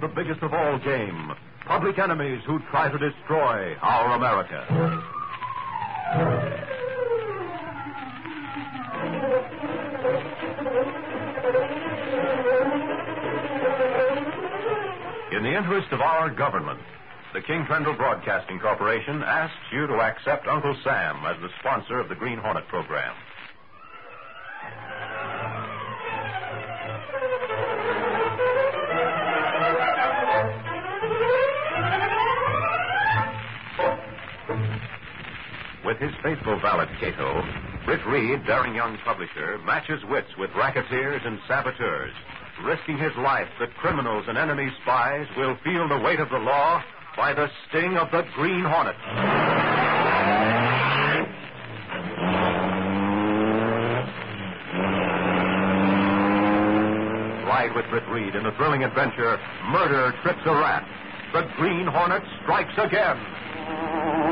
the biggest of all game. Public enemies who try to destroy our America. In the interest of our government, the King Trendle Broadcasting Corporation asks you to accept Uncle Sam as the sponsor of the Green Hornet program. With his faithful valet, Cato, Britt Reed, daring young publisher, matches wits with racketeers and saboteurs, risking his life that criminals and enemy spies will feel the weight of the law by the sting of the Green Hornet. Ride with Britt Reed in the thrilling adventure Murder Trips a Rat. The Green Hornet strikes again.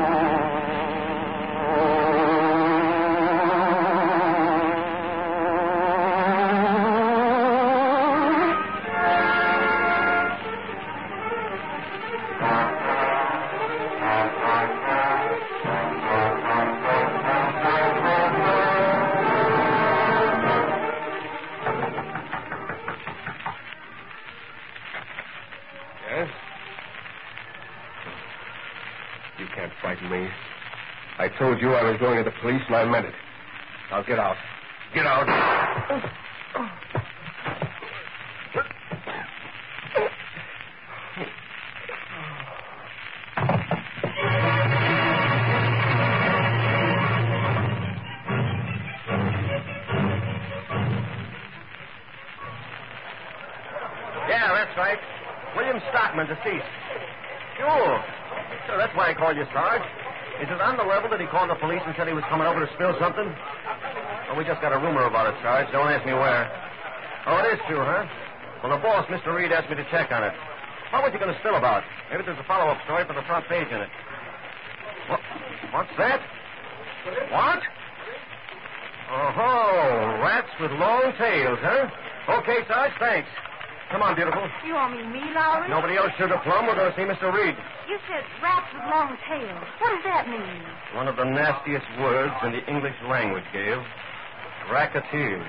Yes? You can't frighten me. I told you I was going to the police, and I meant it. Now get out. Get out. Yeah, that's right. William Stockman, deceased. Sure. Sure, that's why I called you, Sarge. Is it on the level that he called the police and said he was coming over to spill something? Well, we just got a rumor about it, Sarge. Don't ask me where. Oh, it is true, huh? Well, the boss, Mr. Reed, asked me to check on it. What was he going to spill about? Maybe there's a follow-up story for the front page in it. What? What's that? What? Oh, rats with long tails, huh? Okay, Sarge, thanks. Come on, beautiful. You owe me me, Lowry? Nobody else should have plumb. We're going to see Mr. Reed. You said rats with long tails. What does that mean? One of the nastiest words in the English language, Gail. Racketeers.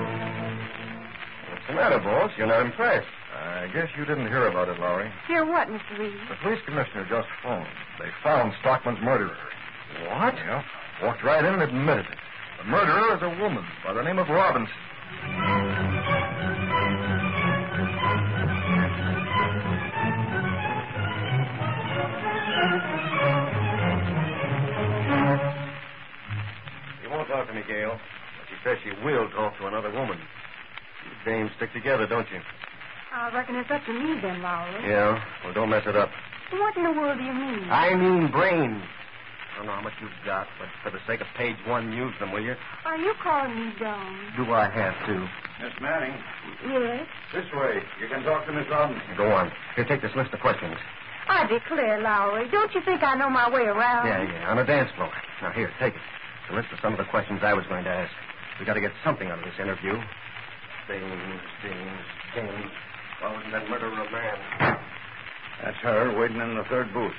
What's the matter, boss? You're not impressed. I guess you didn't hear about it, Lowry. Hear what, Mr. Reed? The police commissioner just phoned. They found Stockman's murderer. What? Yeah. Walked right in and admitted it. The murderer is a woman by the name of Robinson. She won't talk to me, Gail. But she says she will talk to another woman. You dames stick together, don't you? I reckon it's up to me then, Lowry. Yeah. Well, don't mess it up. What in the world do you mean? I mean brains. I don't know how much you've got, but for the sake of page one, use them, will you? Are you calling me dumb? Do I have to? Miss Manning, Yes. this way. You can talk to Miss Robinson. Go on. Here, take this list of questions. I declare, Lowry, don't you think I know my way around? Yeah, yeah, on a dance floor. Now, here, take it. It's a list of some of the questions I was going to ask. We got to get something out of this interview. Things, things, things. Why wouldn't that murder a man? That's her waiting in the third booth.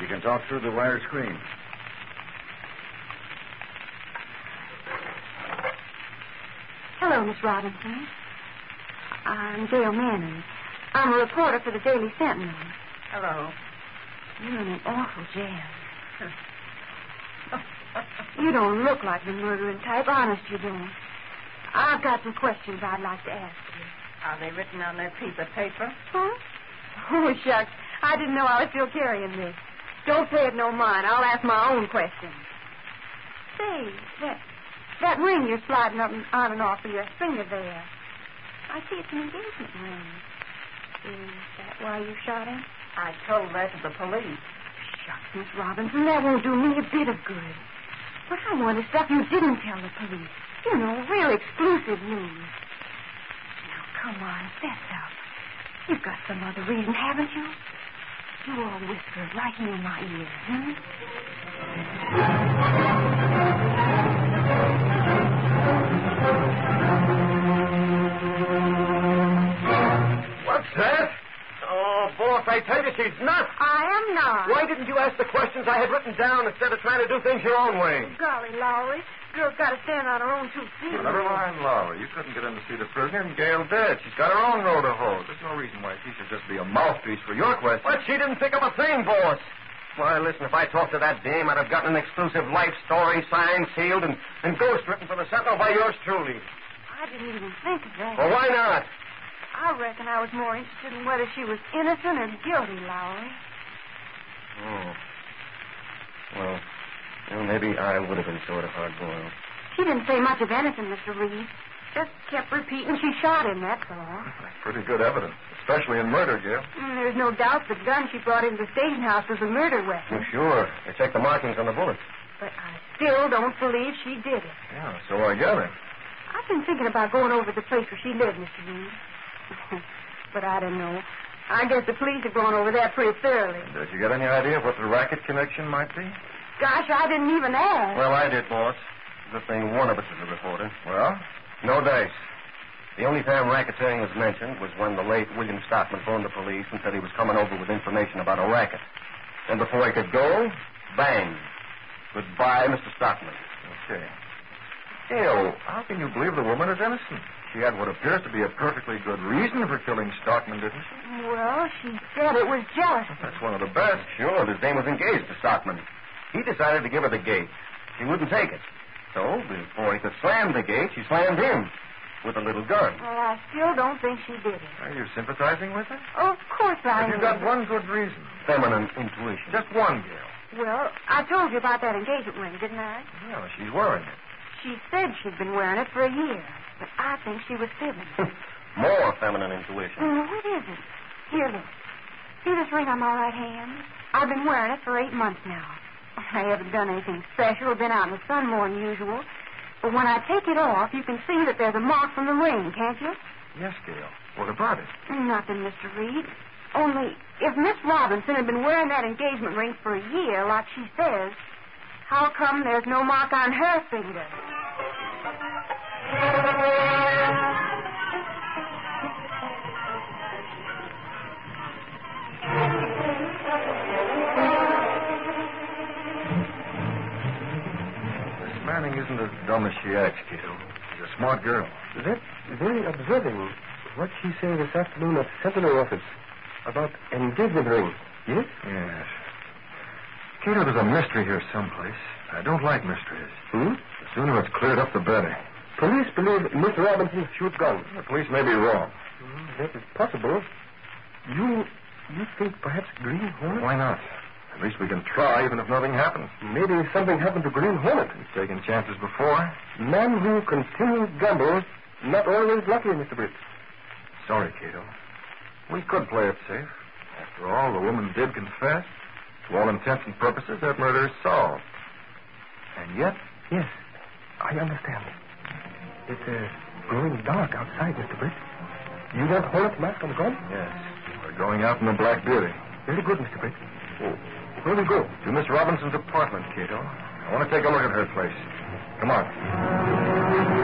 You can talk through the wire screen. Hello, Miss Robinson. I'm Gail Manning. I'm a reporter for the Daily Sentinel. Hello. You're in an awful jam. you don't look like the murdering type. Honest, you don't. I've got some questions I'd like to ask you. Are they written on that piece of paper? Huh? Oh, shucks. I didn't know I was still carrying this. Don't pay it no mind. I'll ask my own questions. Say, that, that ring you're sliding up and on and off of your finger there. I see it's an engagement ring. Is that why you shot him? I told that to the police. Shucks, Miss Robinson, that won't do me a bit of good. But I want the stuff you didn't tell the police. You know, real exclusive news. Now, come on, fess up. You've got some other reason, haven't you? You all whisper right here in my ear. Hmm? What's that? Oh, boss, I tell you, she's nuts. I am not. Why didn't you ask the questions I had written down instead of trying to do things your own way? Golly, Lowry. Girl's got to stand on her own two feet. Never mind, Laura. You couldn't get in to see the prisoner, and Gail did. She's got her own road to hoe. There's no reason why she should just be a mouthpiece for your question. But she didn't think of a thing, boss. Why, listen, if I talked to that dame, I'd have gotten an exclusive life story signed, sealed, and, and ghost written for the Sentinel by yours truly. I didn't even think of that. Well, why not? I reckon I was more interested in whether she was innocent or guilty, Lowry. Oh. Well, well maybe I would have been sort of hard-boiled. She didn't say much of anything, Mr. Reed. Just kept repeating she shot him, that's all. That's pretty good evidence, especially in murder, Gail. Mm, There's no doubt the gun she brought into the station house was a murder Well, weapon. sure. They checked the markings on the bullets. But I still don't believe she did it. Yeah, so I gather. I've been thinking about going over to the place where she lived, Mr. Reed. but I don't know. I guess the police have gone over there pretty thoroughly. Did you get any idea of what the racket connection might be? Gosh, I didn't even ask. Well, I did, boss. Good thing one of us is a reporter. Well, No dice. The only time racketeering was mentioned was when the late William Stockman phoned the police and said he was coming over with information about a racket. And before he could go, bang. Goodbye, Mr. Stockman. okay. Gail, how can you believe the woman is innocent? She had what appears to be a perfectly good reason for killing Stockman, didn't she? Well, she said it was jealousy. That's one of the best. Sure, his name was engaged to Stockman. He decided to give her the gate. She wouldn't take it. So, before he could slam the gate, she slammed him with a little gun. Well, I still don't think she did it. Are you sympathizing with her? Oh, of course I Have am. you got one good reason? Feminine intuition. Just one, Gail. Well, I told you about that engagement ring, didn't I? Well, she's wearing it. She said she'd been wearing it for a year, but I think she was fibbing. more feminine intuition. Well, what is it? Here, look. See this ring on my right hand? I've been wearing it for eight months now. I haven't done anything special, been out in the sun more than usual. But when I take it off, you can see that there's a mark from the ring, can't you? Yes, Gail. What about it? Nothing, Mr. Reed. Only, if Miss Robinson had been wearing that engagement ring for a year, like she says, how come there's no mark on her finger? Miss Manning isn't as dumb as she acts, Gail. She's a smart girl. That's very observing. What she said this afternoon at Sentinel office about engagement ring. Yes? Yes. Cato, there's a mystery here someplace. I don't like mysteries. Hmm? The sooner it's cleared up, the better. Police believe Miss Robinson shoot gun. The police may be wrong. That is possible. You you think perhaps Green Hornet? Why not? At least we can try, even if nothing happens. Maybe something happened to Green Hornet. We've taken chances before. Man who continues gambles, not always lucky, Mr. Britt. Sorry, Cato. We could play it safe. After all, the woman did confess. To all intents and purposes, that murder is solved. And yet, Yes, I understand. It's uh, growing dark outside, Mr. Britt. You want Hornet's mask on the gun? yes, we're going out in the Black Beauty. Very good, Mr. Britt. Oh. Where do we go? To Miss Robinson's apartment, Cato. I want to take a look at her place. Come on.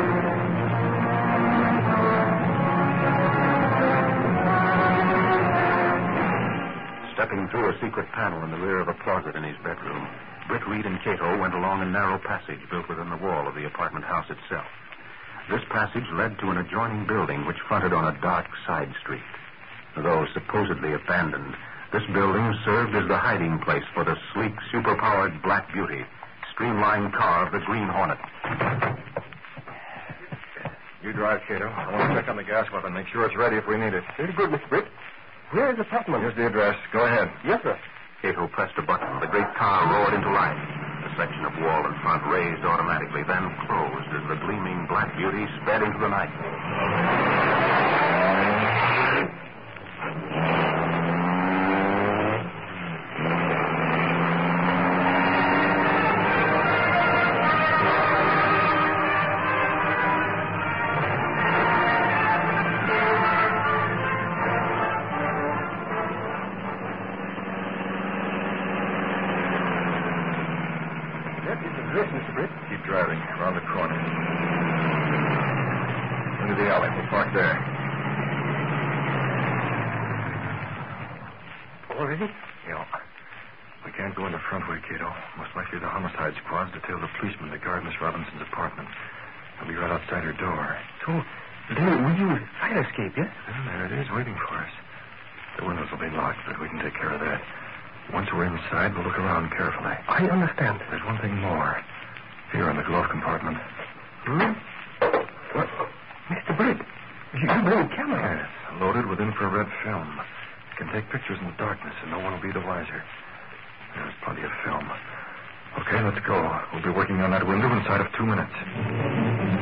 Stepping through a secret panel in the rear of a closet in his bedroom, Britt Reed and Cato went along a narrow passage built within the wall of the apartment house itself. This passage led to an adjoining building which fronted on a dark side street. Though supposedly abandoned, this building served as the hiding place for the sleek, superpowered Black Beauty, streamlined car of the Green Hornet. You drive, Cato. I want to check on the gas weapon, make sure it's ready if we need it. Very good, Mr. Britt. Where is the apartment? Here's the address. Go ahead. Yes, sir. Cato pressed a button. The great car roared into life. The section of wall in front raised automatically, then closed as the gleaming black beauty sped into the night. up there. Already? Yeah. We can't go in the front way, Cato. Most likely the homicide squad's detailed the policeman to guard Miss Robinson's apartment. He'll be right outside her door. So, then we use fire escape, yes? Well, there it is, waiting for us. The windows will be locked, but we can take care of that. Once we're inside, we'll look around carefully. I understand. There's one thing more. Here in the glove compartment. Hmm? What? Mr. Britt, you you bring a camera. Yes, loaded with infrared film. It can take pictures in the darkness, and no one will be the wiser. There's plenty of film. Okay, let's go. We'll be working on that window inside of two minutes.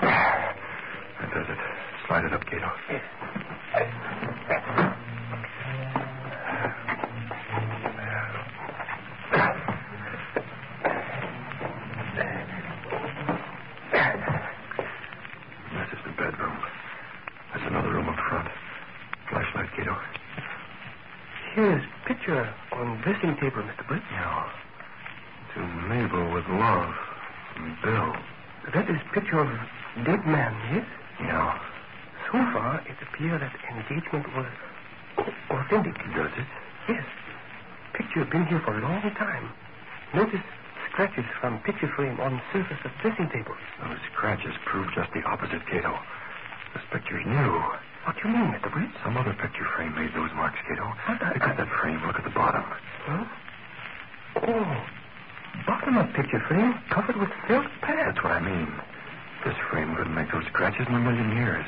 That does it. Slide it up, Cato. This is the bedroom. There's another room up front. Flashlight, Cato. Here's picture on dressing table, Mr. Britt. Yeah. To Mabel with love. And Bill. That is picture of dead man, yes? Yeah. So far, it appears that engagement was au- authentic. Does it? Yes. Picture been here for a long time. Notice scratches from picture frame on surface of dressing table. Those scratches prove just the opposite, Cato. This picture's new. What do you mean, Mr. Britt? Some other picture frame made those marks, Cato. What? I- Look at that frame. Look at the bottom. Huh? Oh, bottom of picture frame covered with silk pads. That's what I mean. This frame couldn't make those scratches in a million years.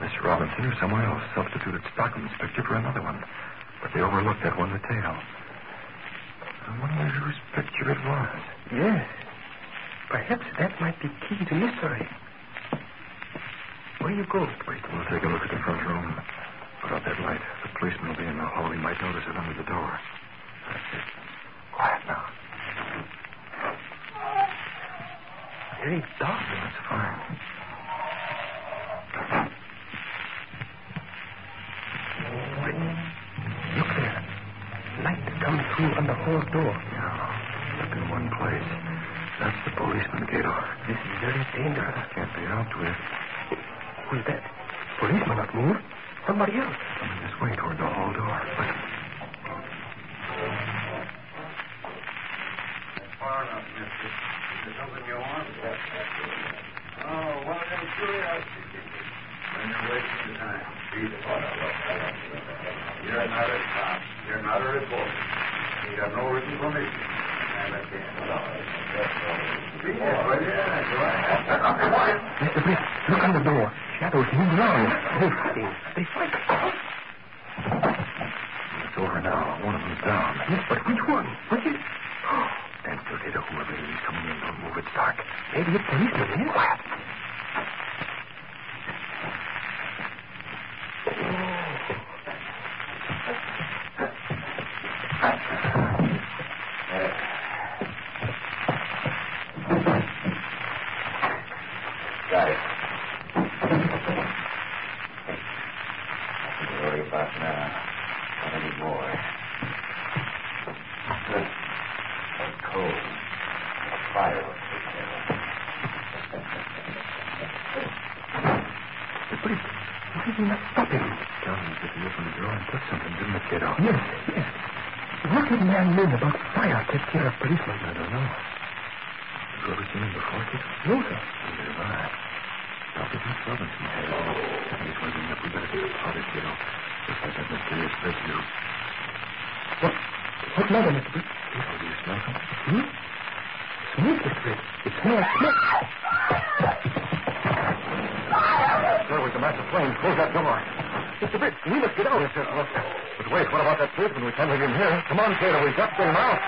Miss Robinson or someone else substituted Stockman's picture for another one, but they overlooked that one detail. I wonder whose picture it was. Yes. Perhaps that might be key to mystery. Where you go? Wait, we'll take a look at the front room. Put out that light. The policeman will be in the hall. He might notice it under the door. That's it. Quiet now. Very dark. That's fine. Look there. Light comes through on the hall door. Yeah, look in one place. That's the policeman, Cato. This is very dangerous. That can't be helped with. Who's that? Policeman not move. Somebody else. Coming this way toward the hall door. Listen. Far enough, mister. Is there something you want? Oh, one of them curiosities. When you're wasting your time, be You're not a cop. You're not a reporter. You have no written permission. And I can't allow it. That's all. Be careful. Yeah, go ahead. Mr. Britt, look on the door. Shadows move around. They're fighting. They fight. It's over now. One of them's down. Yes, but which one? Which is... Stand still, Cato. Whoever it is coming in, don't move. It's dark. Maybe a policeman, yes? Quiet. Got it. Don't worry about now. Not anymore. That cold. That fire will take care of it. Mr. Britt, why did you not stop him? Tell me that he opened the door and took something, didn't it, Cato? Yes, yes. What did man mean about fire kept here of policeman? I don't know. Have you ever seen him before, Cato? No, sir. Neither have I. Dr. Miss Robinson had it. And he's wondering if we better take a part of Cato. Just like that mysterious bridge you. What? What matter, Mr. Britt? Cato, do you smell something? Hmm? Smoke, Mr. Britt. It smells like smoke. There was a mass of flames. Close that door. Mr. Britt, we must get out. Yes, yes, look. But wait, what about that policeman? We can't leave him here. Come on, Cato. We've got to get him out.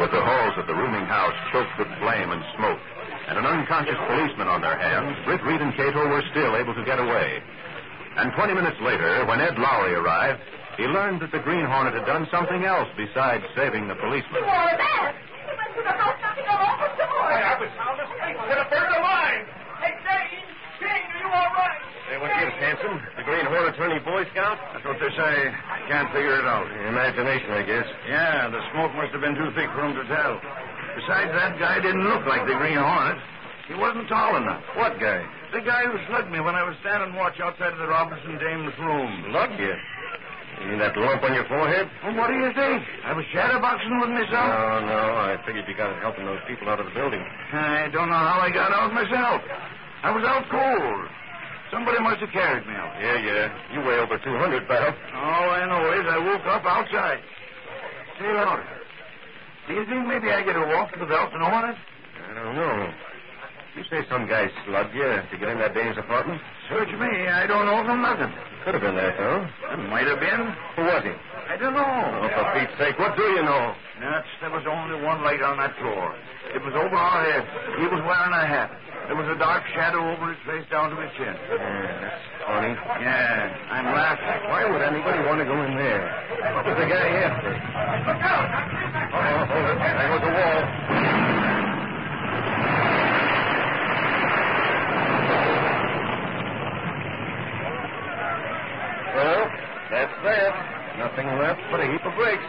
With the halls of the rooming house choked with flame and smoke, and an unconscious policeman on their hands, Britt Reed and Cato were still able to get away. And 20 minutes later, when Ed Lowry arrived, he learned that the Green Hornet had done something else besides saving the policeman. You wore a mask. It was to the house knocking on all the doors. I was sound asleep. Could have burned alive. Hey, Jane! Jane, are you all right? Hey, what's this, Hanson? The Green Hornet attorney Boy Scout? That's what they say. I can't figure it out. Imagination, I guess. Yeah, the smoke must have been too thick for him to tell. Besides, that guy didn't look like the Green Hornet. He wasn't tall enough. What guy? The guy who slugged me when I was standing watch outside of the Robinson Dame's room. Lugged you. You mean that lump on your forehead? Well, Oh, what do you think? I was shadowboxing with myself. No, no. I figured you got it helping those people out of the building. I don't know how I got out myself. I was out cold. Somebody must have carried me out. Yeah, yeah. You weigh over 200, pal. All I know is I woke up outside. Say, Laura, do you think maybe I get a walk without an hornet? I don't know. You say some guy slugged you to get in that dame's apartment? Search me. I don't know for nothing. Could have been that, though. It might have been. Who was he? I don't know. Oh, for Pete's sake, what do you know? Nuts, there was only one light on that floor. It was over our head. He was wearing a hat. There was a dark shadow over his face down to his chin. Yeah, that's funny. Yeah, I'm laughing. Why would anybody want to go in there? What was the guy after? Look out! Oh, hold it. There goes the wall. Well, that's that. Nothing left but a heap of bricks.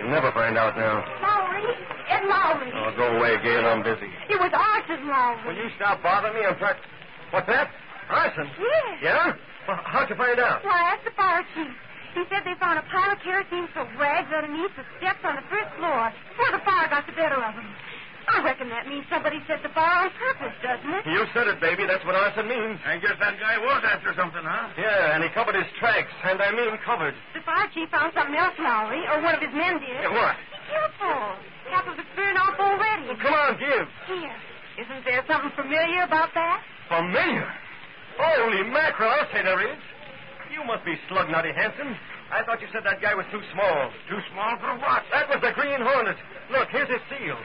You'll never find out now. Lowry, Ed Lowry. Oh, go away, Gail. I'm busy. It was Arthur's Lowry. Will you stop bothering me? I'm trying. What's that? Arson? Yes. Yeah? Well, how'd you find out? Well, I asked the fire chief. He said they found a pile of kerosene for rags underneath the steps on the first floor before the fire got the better of them. I reckon that means somebody set the fire on purpose, doesn't it? You said it, baby. That's what arson means. I guess that guy was after something, huh? Yeah, and he covered his tracks, and I mean covered. The fire chief found something else, Lowry, or one of his men did. Yeah, what? Be careful. Half of it's burned off already. Well, come on, give. Here. Isn't there something familiar about that? Familiar. Holy mackerel, I'll say there is. You must be slug nutty, Hanson. I thought you said that guy was too small. Too small for what? That was the Green Hornet. Look, here's his seal.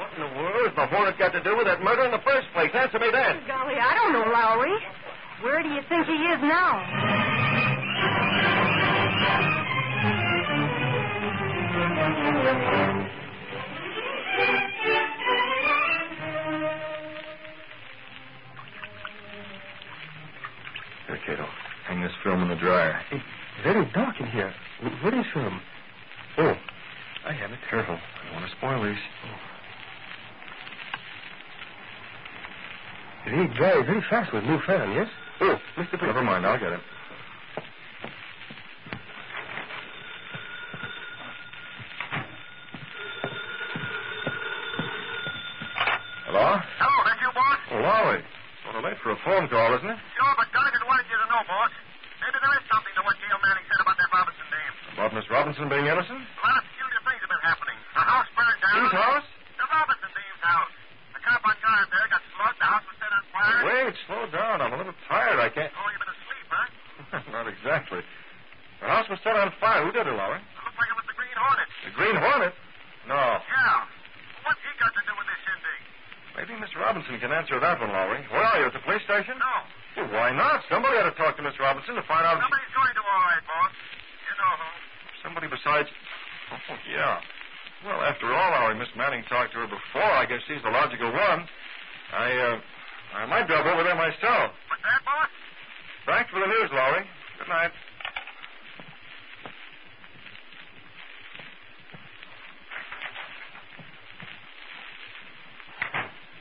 What in the world has the Hornet got to do with that murder in the first place? Answer me that. Golly, I don't know, Lowry. Where do you think he is now? Here, Cato. Hang this film in the dryer. It's very dark in here. W- What is um? Oh, I have it. Careful. I don't want to spoil these. They dry very fast with new fan, yes? Oh, Mr. Blake. Never mind. I'll get it. Hello? Hello, that you, boss? Oh, Lowry. Sort of late for a phone call, isn't it? Sure, but Doggett wanted you to know, boss. Maybe there is something to what Gail Manning said about that Robinson dame. About Miss Robinson being innocent? A lot of peculiar things have been happening. The house burned down. Whose house? The Robinson dame's house. The cop on guard there got slugged. The house was set on fire. Wait, slow down. I'm a little tired. I can't. Oh, you've been asleep, huh? Not exactly. The house was set on fire. Who did it, Lowry? It looked like it was the Green Hornet. The Green Hornet? No. Yeah. What's he got to do with this shindig? Maybe Miss Robinson can answer that one, Lowry. Where are you? At the police station? No. Well, why not? Somebody ought to talk to Miss Robinson to find out. Somebody's going to, all right, boss. You know who. Somebody besides. Oh, yeah. Well, after all, Lowry, Miss Manning talked to her before. I guess she's the logical one. I, uh, I might drop over there myself. What's that, boss? Thanks for the news, Lowry. Good night.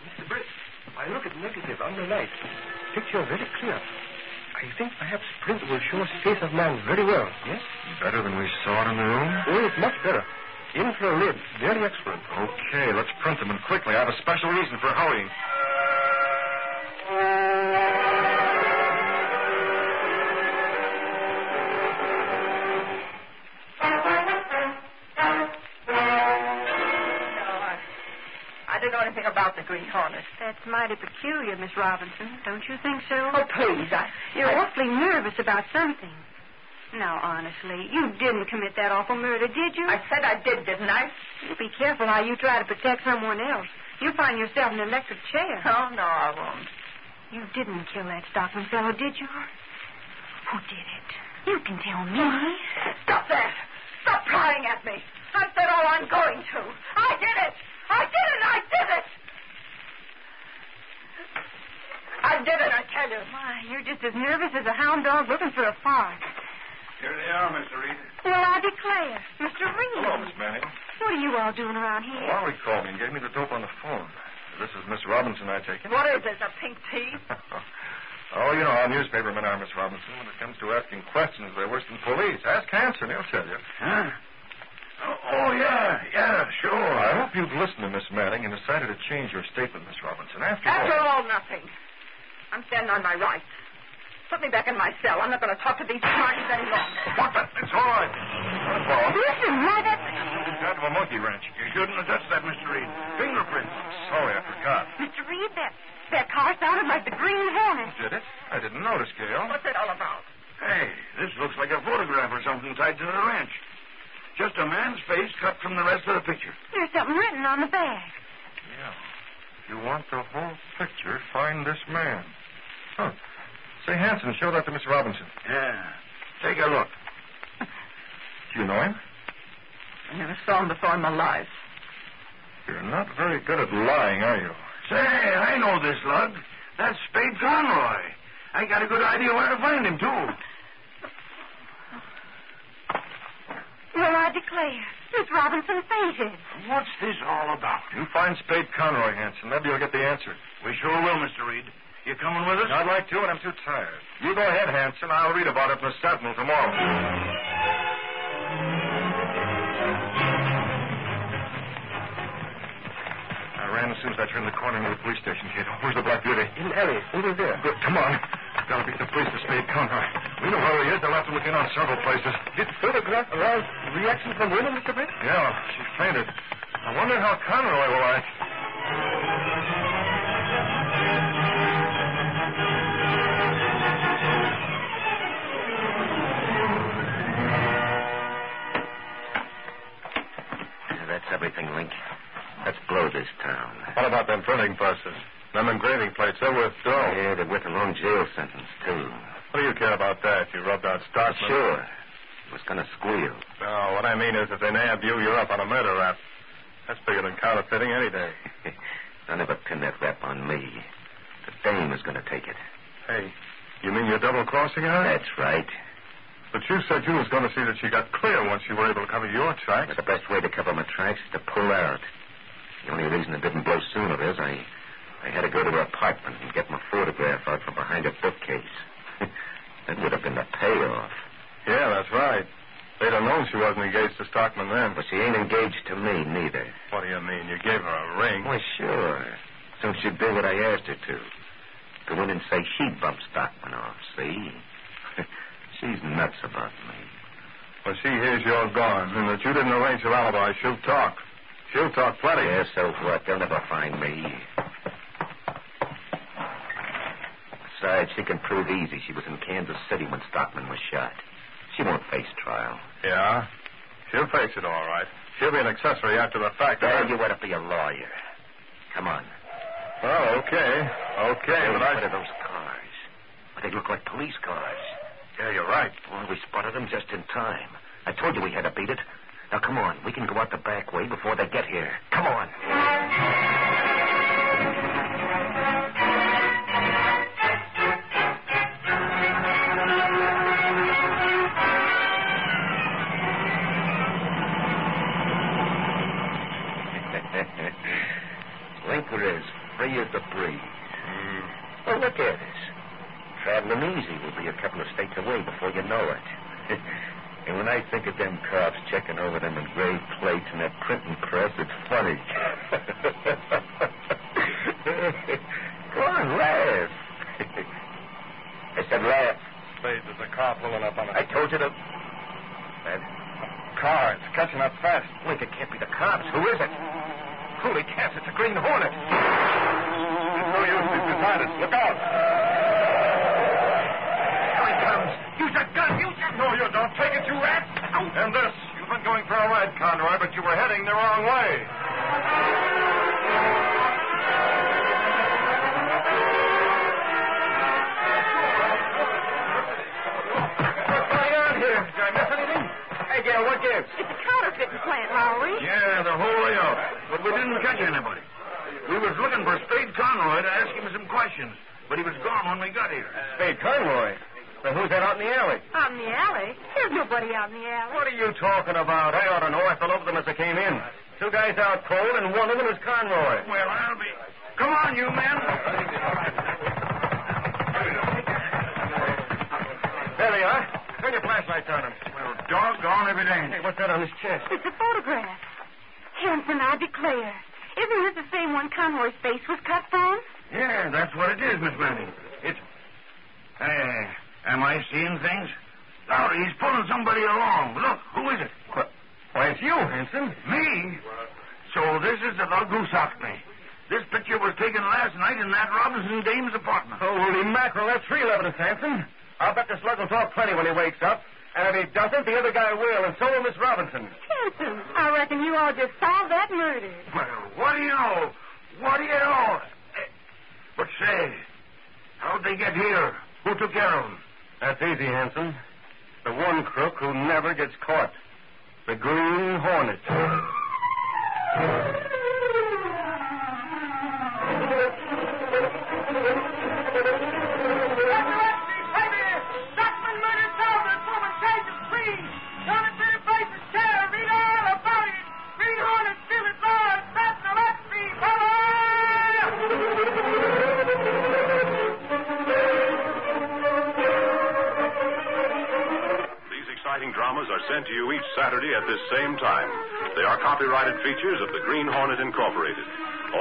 Mr. Britt, I look at negative under light. Picture very clear. I think perhaps print will show us face of man very well. Yes? Better than we saw it in the room? Oh, it's much better. Infrared, very excellent. Okay, let's print them and quickly. I have a special reason for hurrying. No, I, I don't know anything about the Green Hornet. That's mighty peculiar, Miss Robinson. Don't you think so? Oh, please, I... You're awfully nervous about something. Now, honestly, you didn't commit that awful murder, did you? I said I did, didn't I? You be careful how you try to protect someone else. You'll find yourself in an electric chair. Oh, no, I won't. You didn't kill that Stockman fellow, did you? Who did it? You can tell me. Stop that. Stop prying at me. I've said all I'm going to. I did it. I My, you're just as nervous as a hound dog looking for a fox. Here they are, Mr. Reed. Well, I declare, Mr. Reed. Hello, Miss Manning. What are you all doing around here? Lowry called me and gave me the dope on the phone. This is Miss Robinson, I take it. What is this, a pink tea? oh, you know how newspapermen are, Miss Robinson. When it comes to asking questions, they're worse than police. Ask Hanson, he'll tell you. Huh? Oh, yeah, yeah, sure. I hope you've listened to Miss Manning and decided to change your statement, Miss Robinson. After, After all, nothing. I'm standing on my rights. Put me back in my cell. I'm not going to talk to these parties any longer. What the? It's all right. Not a bomb. Listen, Mother. Out of a monkey wrench. You shouldn't have touched that, Mr. Reed. Fingerprints. Sorry, I forgot. Mr. Reed, that, that car sounded like the Green Hornet. Did it? I didn't notice, Gail. What's it all about? Hey, this looks like a photograph or something tied to the wrench. Just a man's face cut from the rest of the picture. There's something written on the bag. Yeah. If you want the whole picture, find this man. Huh. Say, Hanson, show that to Miss Robinson. Yeah. Take a look. Do you know him? I never saw him before in my life. You're not very good at lying, are you? Say, I know this lug. That's Spade Conroy. I got a good idea where to find him, too. Well, I declare, Miss Robinson fainted. What's this all about? You find Spade Conroy, Hanson. Maybe you'll get the answer. We sure will, Mr. Reed. You coming with us? I'd like to, and I'm too tired. You go ahead, Hanson. I'll read about it in the Sentinel tomorrow. I ran as soon as I turned the corner into the police station, kid. Where's the Black Beauty? In alley, over there. Good, come on. Gotta beat the police to Spade Conroy. We know where he is. They'll have to look in on several places. Did photograph arouse reaction from women, Mr. Brent? Yeah, she fainted. I wonder how Conroy will act. that's everything, Link. Let's blow this town. What about them printing presses? Them engraving plates, they're worth dough. Yeah, they're with a long jail sentence, too. What do you care about that? You rubbed out Starkman. Sure. It was going to squeal. No, what I mean is if they nab you, you're up on a murder rap. That's bigger than counterfeiting any day. None of it pinned that rap on me. The dame is going to take it. Hey, you mean you're double-crossing her? That's right. But you said you was going to see that she got clear once you were able to cover your tracks. But the best way to cover my tracks is to pull out. The only reason it didn't blow sooner is I, I had to go to her apartment and get my photograph out from behind her bookcase. that would have been the payoff. Yeah, that's right. They'd have known she wasn't engaged to Stockman then. But she ain't engaged to me, neither. What do you mean? You gave her a ring. Why, sure. So she did what I asked her to. Go in and say she bumped Stockman off, see? She's nuts about me. When she hears you're gone and that you didn't arrange her alibi, she'll talk. She'll talk plenty. Yeah, so what? They'll never find me. Besides, she can prove easy she was in Kansas City when Stockman was shot. She won't face trial. Yeah? She'll face it all right. She'll be an accessory after the fact. Dad, you ought to be a lawyer. Come on. Well, Oh, okay. Okay, Hey, but What I... are those cars? Well, They look like police cars. Yeah, you're right. Well, we spotted them just in time. I told you we had to beat it. Now, come on. We can go out the back way before they get here. Come on. Linker is free as the breeze. Well, look at us. Traveling easy, we'll be a couple of states away before you know it. and when I think of them cops checking over them engraved plates and that printing press, it's funny. Go on, laugh. I said laugh. Spade, there's a car pulling up on I told you to. car. It's catching up fast. Wait, it can't be the cops. Who is it? Holy cats, it's a Green Hornet. It's no use. He's behind us. Look out. Here he comes. Use that gun. Use that. No, you don't. Take it, you rat. And this. You've been going for a ride, Conroy, but you were heading the wrong way. What's going on here? Did I miss anything? Hey, Gail, what gives? It's a counterfeiting plant, Lowry. Yeah, the whole layout. But we didn't catch anybody. We was looking for Spade Conroy to ask him some questions. but he was gone when we got here. Spade Conroy. Well, who's that out in the alley? Out in the alley? There's nobody out in the alley. What are you talking about? I ought to know. I fell over them as I came in. Two guys out cold, and one of them is Conroy. Well, I'll be. Come on, you men. There they are. Turn your flashlights on them. Well, doggone if it ain't. Hey, what's that on his chest? It's a photograph. Henson, I declare. Isn't this the same one Conroy's face was cut from? Yeah, that's what it is, Miss Manning. It's. Hey, am I seeing things? Oh, he's pulling somebody along. Look, who is it? Why, it's you, Henson. Me? So this is the lug who socked me. This picture was taken last night in that Robinson dame's apartment. Holy mackerel, that's real evidence, Hanson. I'll bet this slug will talk plenty when he wakes up. And if he doesn't, the other guy will, and so will Miss Robinson. Henson, I reckon you all just solved that murder. Well, what do you know? What do you know? Eh, But say, how'd they get here? Who took care of them? That's easy, Hanson. The one crook who never gets caught. The Green Hornet. These exciting dramas are sent to you each Saturday at this same time. They are copyrighted features of the Green Hornet Incorporated.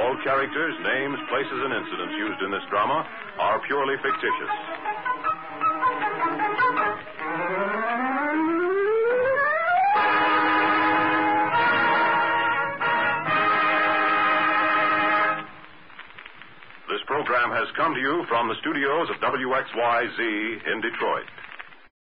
All characters, names, places, and incidents used in this drama are purely fictitious. This program has come to you from the studios of WXYZ in Detroit.